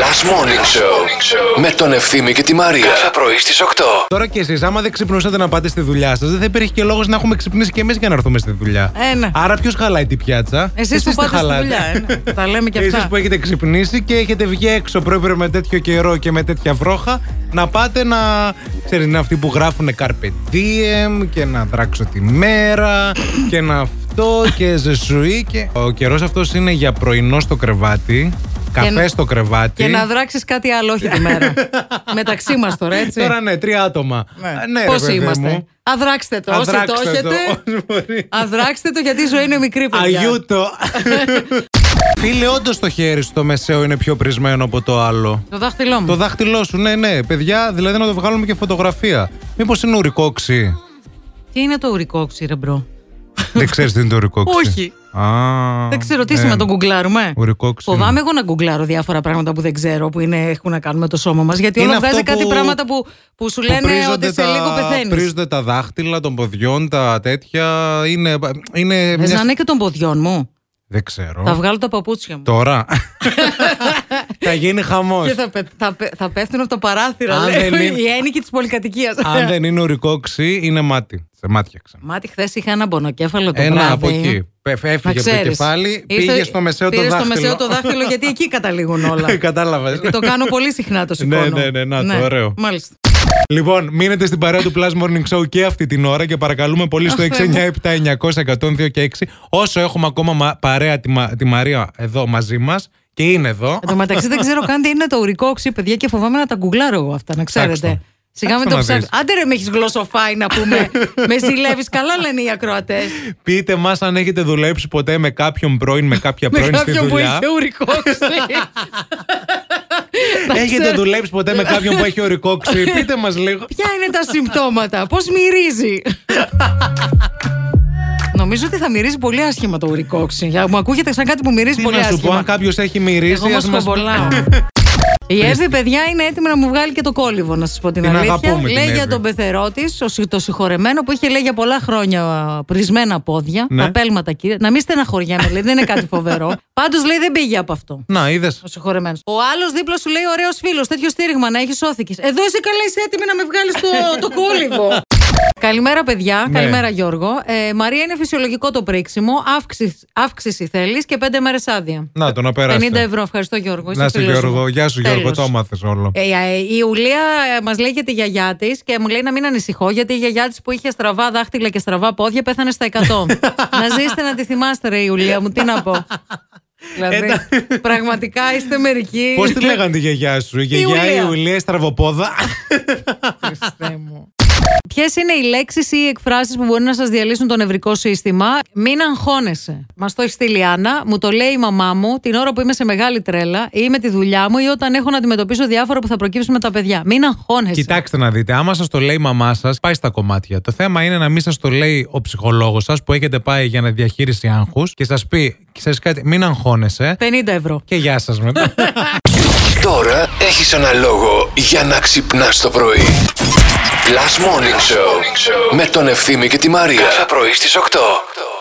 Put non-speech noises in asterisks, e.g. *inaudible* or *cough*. Last Morning Show με τον Ευθύμη και τη Μαρία. Κάθε πρωί στις 8. Τώρα και εσείς, άμα δεν ξυπνούσατε να πάτε στη δουλειά σας, δεν θα υπήρχε και λόγος να έχουμε ξυπνήσει και εμείς για να έρθουμε στη δουλειά. Ε, ναι. Άρα ποιος χαλάει την πιάτσα. Εσείς που τα πάτε στη χαλάτε. δουλειά, ε, ναι. Τα λέμε και Εσείς αυτά. που έχετε ξυπνήσει και έχετε βγει έξω πρόεδρε με τέτοιο καιρό και με τέτοια βρόχα, να πάτε να. ξέρεις, είναι αυτοί που γράφουν Carpe Diem και να δράξω τη μέρα και να αυτό και ζεσουή και. Ο καιρός αυτός είναι για πρωινό στο κρεβάτι, καφέ να- στο κρεβάτι. Και να δράξεις κάτι άλλο, όχι τη *laughs* μέρα. Μεταξύ μας τώρα, έτσι. Τώρα ναι, τρία άτομα. Ε, ναι, ρε Πόσοι παιδί είμαστε. μου. Αδράξτε το. Όσοι το Αδράξτε το, έχετε. όσοι μπορεί. Αδράξτε το γιατί η ζωή είναι μικρή, παιδιά. Αγιούτο. *laughs* Φίλε, όντως το χέρι στο μεσαίο είναι πιο πρισμένο από το άλλο. Το δάχτυλό μου. Το δάχτυλό σου, ναι, ναι. Παιδιά, δηλαδή να το βγάλουμε και φωτογραφία. Μήπως είναι *laughs* ουρικόξι. Τι είναι το ουρικό ξύρεμπρο. Δεν ξέρεις τι είναι το ουρικόξι. Όχι. Α, ναι. Δεν ξέρω τι είσαι να τον γκουγκλάρουμε. Ουρικόξι. Φοβάμαι εγώ να γκουγκλάρω διάφορα πράγματα που δεν ξέρω που είναι, έχουν να κάνουν με το σώμα μας. Γιατί Είναι όλα αυτό βγάζει κάτι που- πράγματα που, που σου Που λένε πρίζονται ότι σε λίγο πεθαίνεις. Πρίζονται τα δάχτυλα των ποδιών, τα τέτοια. Είναι. είναι Θες μιας- να είναι και των ποδιών μου. Δεν ξέρω. Θα βγάλω τα παπούτσια μου. *laughs* Τώρα. θα γίνει χαμός. Και θα, πε- θα, πε- θα πέφτουν από τα παράθυρα. Αν λέει, δεν είναι- Η ένικη της πολυκατοικίας. Αν δεν είναι ουρικόξι, είναι μάτι. Σε μάτια ξανά. Μάτι, χθες είχα ένα μπονοκέφαλο το βράδυ. Ένα από εκεί. Πε- Να Έφυγε από το ξέρεις. κεφάλι, Ήρθε- πήγε στο μεσαίο το πήρε δάχτυλο. Ναι, στο μεσαίο το δάχτυλο *laughs* γιατί εκεί καταλήγουν όλα. Κατάλαβες. Και το κάνω πολύ συχνά το σηκώνω. Ναι, ναι, ναι, να το, ωραίο. Μάλιστα. Λοιπόν, μείνετε στην παρέα του Plus Morning Show και αυτή την ώρα και παρακαλούμε πολύ στο 697-900-102 και 6. Όσο έχουμε ακόμα μα- παρέα τη, Μα- τη Μαρία εδώ μαζί μας και είναι εδώ. Εν τω μεταξύ δεν ξέρω καν τι είναι το ουρικό οξύ, παιδιά, και φοβάμαι να τα γκουγκλάρω εγώ αυτά, να ξέρετε. Ψάξτε. Σιγά μην Ψάξτε το να ψάξω. Άντε ρε, με έχεις γλωσσοφάει να *laughs* πούμε. με ζηλεύεις. Καλά λένε οι ακροατές. Πείτε μας αν έχετε δουλέψει ποτέ με κάποιον πρώην, με κάποια *laughs* Με πρώην στη κάποιον που δουλειά. είχε ουρικό *laughs* οξύ. Έχετε δουλέψει ποτέ με κάποιον που έχει *laughs* ορικόξει. Πείτε μας λίγο. Ποια είναι τα συμπτώματα, πώς μυρίζει. Νομίζω ότι θα μυρίζει πολύ άσχημα το ουρικόξι. Για- Μου ακούγεται σαν κάτι που μυρίζει Τι πολύ να σου πω, άσχημα. αν κάποιος έχει μυρίσει, Εγώ ας μας μας κομπολάω. Η Εύη, παιδιά, είναι έτοιμη να μου βγάλει και το κόλληβο, να σας πω την, Την αλήθεια. αγαπούμε την Λέει για Εύη. τον πεθερό της, το συγχωρεμένο που είχε λέει για πολλά χρόνια α, πρισμένα πόδια, Ναι. τα πέλματα κύριε. Να μην στεναχωριέμαι, λέει, δεν είναι κάτι *laughs* φοβερό. Πάντως λέει δεν πήγε από αυτό. Να, είδες. Ο συγχωρεμένος. Ο άλλος δίπλα σου λέει: Ωραίος φίλος, τέτοιο στήριγμα να έχει σώθηκες. Εδώ είσαι καλά, είσαι έτοιμη να με βγάλεις το, το *laughs* κόλυβο. Καλημέρα, παιδιά. Ναι. Καλημέρα, Γιώργο. Ε, Μαρία, είναι φυσιολογικό το πρίξιμο. Αύξηση, αύξηση θέλεις και πέντε μέρες άδεια. Να το να 50 πέρασε. ευρώ. Ευχαριστώ, Γιώργο. Είσαι Να σε φίλος μου. Γιώργο. Γεια σου Γιώργο, Τέλος. το έμαθε όλο. Ε, ε, η Ιουλία μας λέει για τη γιαγιά της και μου λέει να μην ανησυχώ γιατί η γιαγιά της που είχε στραβά δάχτυλα και στραβά πόδια πέθανε στα 100. *laughs* να ζήσετε να τη θυμάστε, ρε Ιουλία μου, τι να πω. δηλαδή, πραγματικά είστε μερικοί. Πώς τη *laughs* λέγανε τη γιαγιά σου, η γιαγιά Ε, Ιουλία. Ε, η Ιουλία Στραβοπόδα. Ποιες είναι οι λέξεις ή οι εκφράσεις που μπορεί να σας διαλύσουν το νευρικό σύστημα. Μην αγχώνεσαι. Μας το έχει στείλει η Άννα, μου το λέει η μαμά μου την ώρα που είμαι σε μεγάλη τρέλα ή με τη δουλειά μου ή όταν έχω να αντιμετωπίσω διάφορα που θα προκύψουν με τα παιδιά. Μην αγχώνεσαι. Κοιτάξτε να δείτε, άμα σας το λέει η μαμά σας, πάει στα κομμάτια. Το θέμα είναι να μην σας το λέει ο ψυχολόγος σας που έχετε πάει για να διαχείριση άγχους και σας πει, ξέρεις κάτι, μην αγχώνεσαι 50 ευρώ. και γεια σας μετά. Τώρα έχεις ένα λόγο για να ξυπνάς το πρωί. Last Morning Show με τον Ευθύμη και τη Μαρία. Κάθε πρωί στις 8.